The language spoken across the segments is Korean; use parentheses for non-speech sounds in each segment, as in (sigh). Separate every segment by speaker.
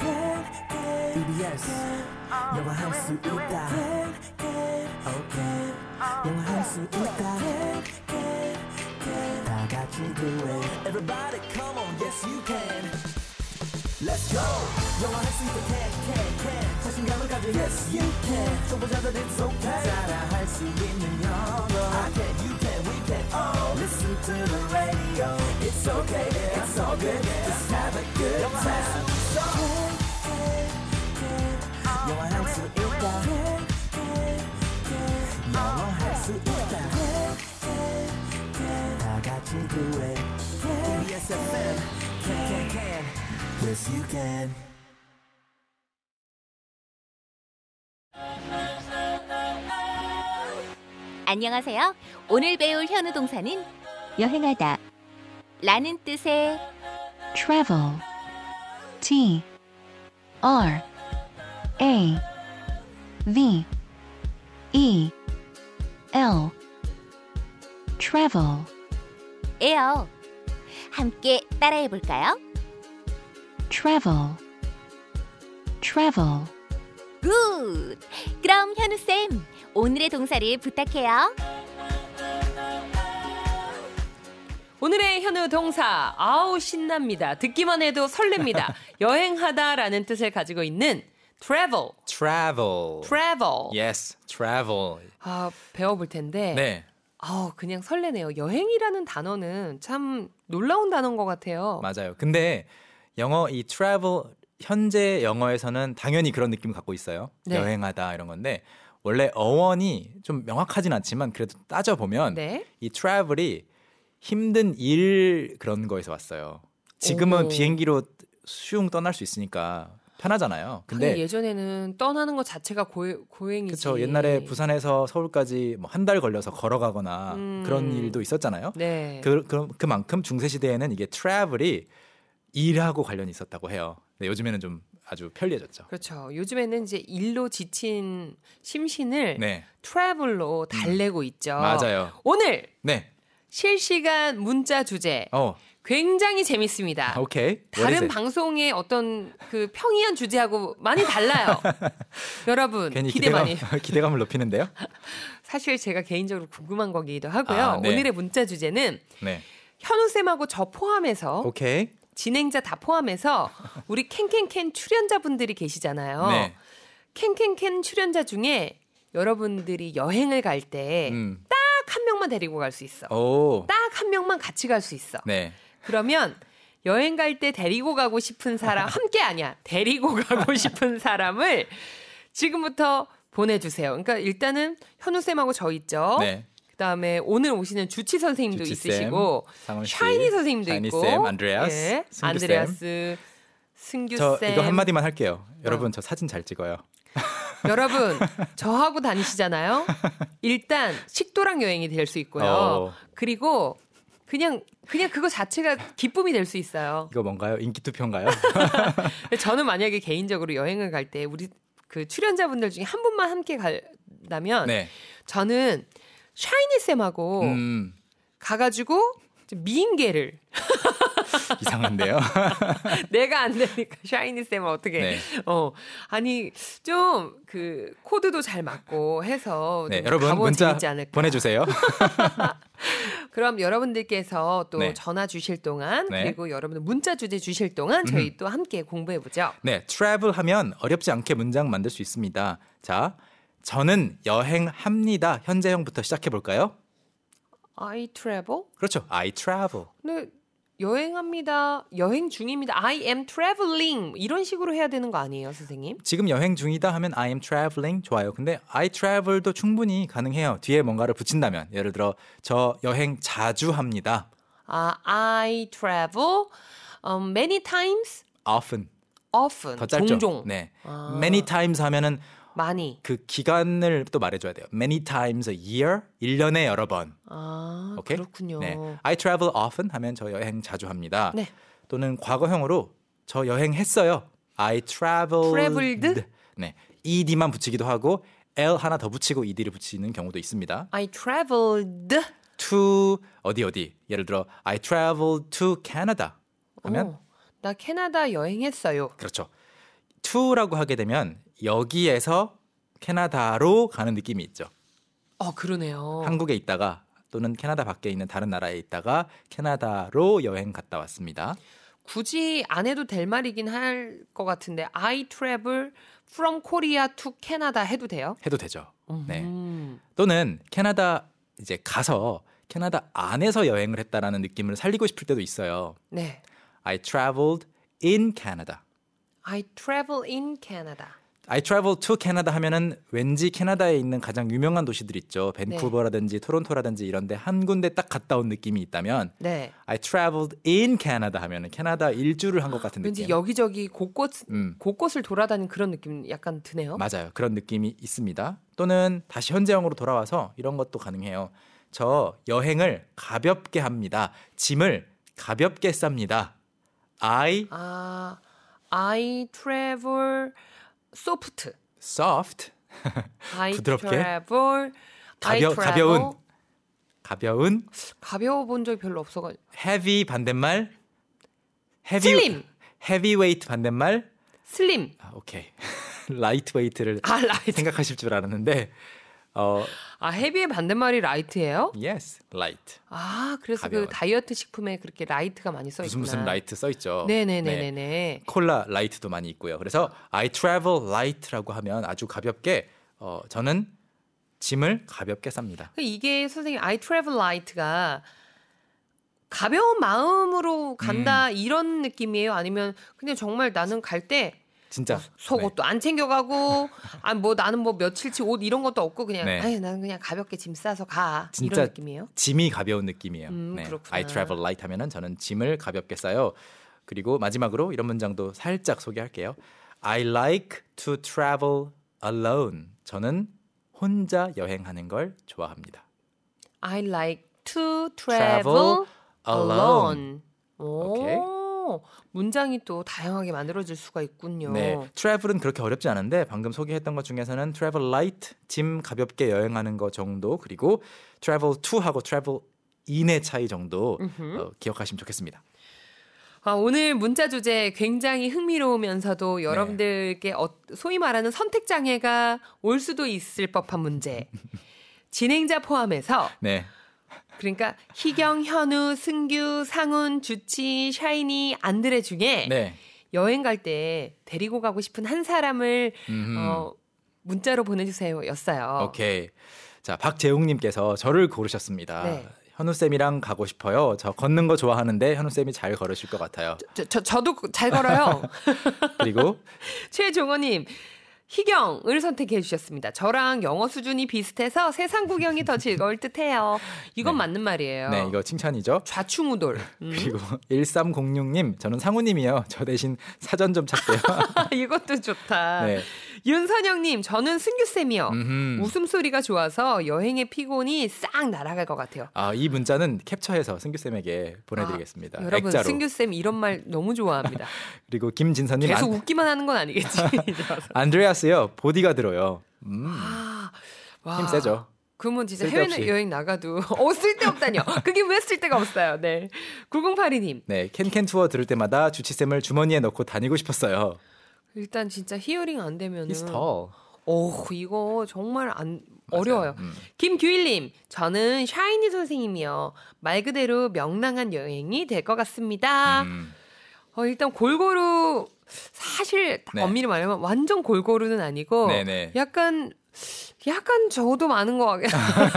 Speaker 1: E yes 영화할 수 있다 E okay 영화할 수 있다 다 같이 do it everybody come on yes you can Let's go 영화할 수 있다 can E can can 자신감을 가져 yes you can 초보자들 it's okay 따라할 수 있는 영어 I can you can we can all listen to the radio it's okay yeah, it's all good just have a good time 영화할 수 있다 영화할 수 있다 다 같이 do it KBS FM can can can yes you can
Speaker 2: 안녕하세요. 오늘 배울 현우 동사는
Speaker 3: 여행하다
Speaker 2: 라는 뜻의
Speaker 3: travel T R A V E L travel
Speaker 2: 에요. 함께 따라해 볼까요?
Speaker 3: travel travel
Speaker 2: 굿! 그럼 현우쌤, 오늘의 동사를 부탁해요.
Speaker 4: 오늘의 현우 동사 아우 신납니다. 듣기만 해도
Speaker 5: (laughs)
Speaker 4: 설렙니다. 여행하다라는 뜻을 가지고 있는 travel,
Speaker 5: travel.
Speaker 4: travel.
Speaker 5: Yes, travel.
Speaker 4: 아 배워볼 텐데.
Speaker 5: 예. 네,
Speaker 4: 아우 그냥 설레네요. 여행이라는 단어는 참 놀라운 단어인 것 같아요.
Speaker 5: 맞아요. 근데 영어 이 travel 현재 영어에서는 당연히 그런 느낌 을 갖고 있어요.
Speaker 4: 네.
Speaker 5: 여행하다 이런 건데 원래 어원이 좀 명확하진 않지만 그래도 따져 보면
Speaker 4: 네.
Speaker 5: 이 travel이 힘든 일 그런 거에서 왔어요. 지금은
Speaker 4: 오.
Speaker 5: 비행기로 슝 떠날 수 있으니까 편하잖아요. 근데
Speaker 4: 하긴 예전에는 떠나는 것 자체가 고, 고행이지.
Speaker 5: 그쵸 옛날에 부산에서 서울까지 뭐 한 달 걸려서 걸어가거나
Speaker 4: 음.
Speaker 5: 그런 일도 있었잖아요.
Speaker 4: 네.
Speaker 5: 그, 그, 그만큼 중세시대에는 이게 트래블이 일하고 관련이 있었다고 해요. 근데 요즘에는 좀 아주 편리해졌죠.
Speaker 4: 그렇죠. 요즘에는 이제 일로 지친 심신을
Speaker 5: 네.
Speaker 4: 트래블로 달래고 있죠.
Speaker 5: 맞아요.
Speaker 4: 오늘
Speaker 5: 네.
Speaker 4: 실시간 문자 주제
Speaker 5: 어.
Speaker 4: 굉장히 재밌습니다.
Speaker 5: 아, 오케이. What is
Speaker 4: 아, 다른
Speaker 5: it?
Speaker 4: 방송의 어떤 그 평이한 주제하고 많이
Speaker 5: (laughs)
Speaker 4: 달라요. 여러분
Speaker 5: 괜히
Speaker 4: 기대 많이. 해요.
Speaker 5: (laughs) 기대감, 기대감을 높이는데요.
Speaker 4: 사실 제가 개인적으로 궁금한 거기도 하고요.
Speaker 5: 아, 네.
Speaker 4: 오늘의 문자 주제는
Speaker 5: 네.
Speaker 4: 현우 쌤하고 저 포함해서
Speaker 5: 오케이.
Speaker 4: 진행자 다
Speaker 5: (laughs)
Speaker 4: 포함해서 우리 캔캔캔 출연자분들이 계시잖아요.
Speaker 5: 네.
Speaker 4: 캔캔캔 출연자 중에 여러분들이 여행을 갈 때 네. 딱 한
Speaker 5: 음.
Speaker 4: 명만 데리고 갈 수 있어.
Speaker 5: 오.
Speaker 4: 딱 한 명만 같이 갈 수 있어.
Speaker 5: 네.
Speaker 4: 그러면 여행 갈 때 데리고 가고 싶은 사람 함께 아니야. 데리고 가고 (laughs) 싶은 사람을 지금부터 보내주세요. 그러니까 일단은 현우 쌤하고 저 있죠.
Speaker 5: 네.
Speaker 4: 그다음에 오늘 오시는 주치 선생님도
Speaker 5: 주치쌤,
Speaker 4: 있으시고
Speaker 5: 상훈 씨,
Speaker 4: 샤이니 선생님도
Speaker 5: 샤이니
Speaker 4: 있고
Speaker 5: 쌤, 안드레아스,
Speaker 4: 예,
Speaker 5: 승규 쌤.
Speaker 4: 안드레아스 승규
Speaker 5: 저
Speaker 4: 쌤
Speaker 5: 이거 한 마디만 (laughs) 할게요.
Speaker 4: 어.
Speaker 5: 여러분 저 사진 잘 찍어요.
Speaker 4: 여러분 저하고 다니시잖아요. 일단 식도락 여행이 될 수 있고요.
Speaker 5: 어.
Speaker 4: 그리고 그냥 그냥 그거 자체가 기쁨이 될 수 있어요.
Speaker 5: 이거 뭔가요? 인기
Speaker 4: (laughs)
Speaker 5: 투표인가요?
Speaker 4: 저는 만약에 개인적으로 여행을 갈 때 우리 그 출연자분들 중에 한 분만 함께 간다면
Speaker 5: 네.
Speaker 4: 저는 샤이니 쌤하고
Speaker 5: 음.
Speaker 4: 가가지고 좀 미인계를 (laughs)
Speaker 5: 이상한데요.
Speaker 4: 내가 안 되니까 샤이니 쌤은 어떻게
Speaker 5: 네.
Speaker 4: 어 아니 좀 그 코드도 잘 맞고 해서
Speaker 5: 네,
Speaker 4: 좀
Speaker 5: 여러분
Speaker 4: 어, 가보면
Speaker 5: 문자
Speaker 4: 재밌지 않을까.
Speaker 5: 보내주세요.
Speaker 4: 그럼 여러분들께서 또
Speaker 5: 네.
Speaker 4: 전화 주실 동안
Speaker 5: 네.
Speaker 4: 그리고 여러분들 문자 주제 주실 동안 저희 또 함께 공부해 보죠.
Speaker 5: 네, travel 하면 어렵지 않게 문장 만들 수 있습니다. 자, 저는 여행합니다. 현재형부터 시작해 볼까요?
Speaker 4: I travel.
Speaker 5: 그렇죠. I travel.
Speaker 4: 근데 네, 여행합니다. 여행 중입니다. I am traveling. 이런 식으로 해야 되는 거 아니에요, 선생님?
Speaker 5: 지금 여행 중이다 하면 I am traveling 좋아요. 근데 I travel도 충분히 가능해요. 뒤에 뭔가를 붙인다면 예를 들어 저 여행 자주 합니다.
Speaker 4: 아, I travel um, many times,
Speaker 5: often
Speaker 4: often.
Speaker 5: 더 짧죠.
Speaker 4: 종종. 아.
Speaker 5: 네. many times 하면은
Speaker 4: 많이.
Speaker 5: 그 기간을 또 말해 줘야 돼요. many times a year. 1년에 여러 번.
Speaker 4: 아,
Speaker 5: 오케이?
Speaker 4: 그렇군요.
Speaker 5: 네. I travel often 하면 저 여행 자주 합니다.
Speaker 4: 네.
Speaker 5: 또는 과거형으로 저 여행했어요. I traveled.
Speaker 4: Traveled?
Speaker 5: 네. ed만 붙이기도 하고 l 하나 더 붙이고 ed를 붙이는 경우도 있습니다.
Speaker 4: I traveled.
Speaker 5: to 어디 어디. 예를 들어 I traveled to Canada 하면
Speaker 4: 어, 나 캐나다 여행했어요.
Speaker 5: 그렇죠. to라고 하게 되면 여기에서 캐나다로 가는 느낌이 있죠.
Speaker 4: 어, 그러네요.
Speaker 5: 한국에 있다가 또는 캐나다 밖에 있는 다른 나라에 있다가 캐나다로 여행 갔다 왔습니다.
Speaker 4: 굳이 안 해도 될 말이긴 할 것 같은데 I travel from Korea to Canada 해도 돼요?
Speaker 5: 해도 되죠. 네.
Speaker 4: 음.
Speaker 5: 또는 캐나다 이제 가서 캐나다 안에서 여행을 했다라는 느낌을 살리고 싶을 때도 있어요.
Speaker 4: 네.
Speaker 5: I traveled in Canada.
Speaker 4: I travel in Canada.
Speaker 5: I travel to Canada 하면은 왠지 캐나다에 있는 가장 유명한 도시들 있죠.
Speaker 4: 네.
Speaker 5: 밴쿠버라든지 토론토라든지 이런데 한 군데 딱 갔다 온 느낌이 있다면
Speaker 4: 네.
Speaker 5: I traveled in Canada 하면은 캐나다 일주를 한 것 같은 느낌.
Speaker 4: 왠지 여기저기 곳곳
Speaker 5: 음.
Speaker 4: 곳곳을 돌아다니는 그런 느낌 약간 드네요.
Speaker 5: 맞아요. 그런 느낌이 있습니다. 또는 다시 현재형으로 돌아와서 이런 것도 가능해요. 저 여행을 가볍게 합니다. 짐을 가볍게 쌉니다. I
Speaker 4: 아, I travel soft.
Speaker 5: soft
Speaker 4: I
Speaker 5: 부드럽게?
Speaker 4: travel I
Speaker 5: 가벼
Speaker 4: travel.
Speaker 5: 가벼운 가벼운
Speaker 4: 가벼워 본 적이 별로 없어가지고
Speaker 5: heavy 반대말 heavy
Speaker 4: 슬림.
Speaker 5: heavyweight 반대말
Speaker 4: 슬림.
Speaker 5: 아, 오케이 (laughs) lightweight를
Speaker 4: 아 라이트.
Speaker 5: 생각하실 줄 알았는데 어
Speaker 4: 아 헤비의 반대말이 라이트예요?
Speaker 5: yes light
Speaker 4: 아 그래서
Speaker 5: 가벼운.
Speaker 4: 그 다이어트 식품에 그렇게 라이트가 많이 써
Speaker 5: 무슨
Speaker 4: 있구나.
Speaker 5: 무슨 light 써 있죠.
Speaker 4: 네네네네네.
Speaker 5: 콜라 라이트도 많이 있고요. 그래서 I travel light라고 하면 아주 가볍게 어, 저는 짐을 가볍게 쌉니다.
Speaker 4: 그 이게 선생님 I travel light가 가벼운 마음으로 간다 이런 느낌이에요? 아니면 그냥 정말 나는 갈 때
Speaker 5: 진짜
Speaker 4: 어, 속옷도 안 챙겨가고 아 뭐 나는 뭐 며칠치 옷 이런 것도 없고 그냥
Speaker 5: 네.
Speaker 4: 아유 나는 그냥 가볍게 짐 싸서 가
Speaker 5: 진짜
Speaker 4: 이런 느낌이에요?
Speaker 5: 네, 짐이 가벼운 느낌이에요. 네.
Speaker 4: 음, 그렇구나.
Speaker 5: I travel light 하면은 저는 짐을 가볍게 싸요. 그리고 마지막으로 이런 문장도 살짝 소개할게요. I like to travel alone. 저는 혼자 여행하는 걸 좋아합니다.
Speaker 4: I like to travel, alone. 오, 문장이 또 다양하게 만들어질 수가 있군요.
Speaker 5: 네, 트래블은 그렇게 어렵지 않은데 방금 소개했던 것 중에서는 트래블 라이트, 짐 가볍게 여행하는 거 정도 그리고 트래블 투 하고 트래블 인의 차이 정도 어, 기억하시면 좋겠습니다.
Speaker 4: 아, 오늘 문자 주제 굉장히
Speaker 5: 네.
Speaker 4: 흥미로우면서도 여러분들께 어, 소위 말하는 선택 장애가 올 수도 있을 법한
Speaker 5: (laughs)
Speaker 4: 문제. 진행자 포함해서
Speaker 5: 네,
Speaker 4: 그러니까 희경, 현우, 승규, 상훈, 주치, 샤이니, 안드레 중에
Speaker 5: 네,
Speaker 4: 여행 갈 때 데리고 가고 싶은 한 사람을
Speaker 5: 음.
Speaker 4: 어, 문자로 보내주세요였어요.
Speaker 5: 오케이. 자, 박재웅님께서 저를 고르셨습니다.
Speaker 4: 네.
Speaker 5: 현우 쌤이랑 가고 싶어요. 저 걷는 거 좋아하는데 현우 쌤이 잘 걸으실 것 같아요.
Speaker 4: 저, 저, 저도 그 잘 걸어요.
Speaker 5: (laughs)
Speaker 4: (laughs)
Speaker 5: 그리고
Speaker 4: 최종호님. 희경을 선택해 주셨습니다. 저랑 영어 수준이 비슷해서 세상 구경이 더 즐거울 듯해요. 이건 맞는 말이에요.
Speaker 5: 네, 이거 칭찬이죠.
Speaker 4: 좌충우돌. 어. 음. (laughs)
Speaker 5: 그리고 (laughs) 1306님, 저는 상우님이요. 저 대신 사전
Speaker 4: (laughs)
Speaker 5: 좀 찾게요.
Speaker 4: 이것도 좋다.
Speaker 5: 네.
Speaker 4: 윤선영님, 저는 승규 쌤이요.
Speaker 5: 음흠.
Speaker 4: 웃음소리가 좋아서 여행의 피곤이 싹 날아갈 것 같아요.
Speaker 5: 아, 이 문자는 캡처해서 승규 쌤에게 네, 보내드리겠습니다.
Speaker 4: 아, 여러분
Speaker 5: 액자로.
Speaker 4: 승규 쌤 이런 말 너무 좋아합니다.
Speaker 5: 그리고 김진선님
Speaker 4: 계속
Speaker 5: 안,
Speaker 4: 웃기만 하는 건
Speaker 5: (laughs)
Speaker 4: 아니겠지. (laughs)
Speaker 5: 음.
Speaker 4: 이제 와서.
Speaker 5: 안드레아스요 보디가 들어요. 음,
Speaker 4: 아, 와.
Speaker 5: 힘 세죠.
Speaker 4: 그러면 진짜
Speaker 5: 쓸데없이.
Speaker 4: 해외 여행 나가도 (laughs) 어 쓸데없다뇨. 그게 왜 쓸데가 없어요. 네. 9082님.
Speaker 5: 네, 캔캔 투어 들을 때마다 주치 쌤을 주머니에 넣고 다니고 싶었어요.
Speaker 4: 일단 진짜 히어링 안 되면은
Speaker 5: 히스터.
Speaker 4: 오, 이거 정말 안 어려워요.
Speaker 5: 음.
Speaker 4: 김규일님, 저는 샤이니 선생님이요. 말 그대로 명랑한 여행이 될 것 같습니다.
Speaker 5: 음,
Speaker 4: 어, 일단 골고루 사실 딱
Speaker 5: 네.
Speaker 4: 엄밀히 말하면 완전 골고루는 아니고
Speaker 5: 네네.
Speaker 4: 약간 약간 저도 많은 것 같아요.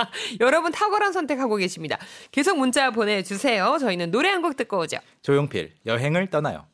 Speaker 4: (laughs) 여러분 탁월한 선택하고 계십니다. 계속 문자 보내주세요. 저희는 노래 한 곡 듣고 오죠.
Speaker 5: 조용필 여행을 떠나요.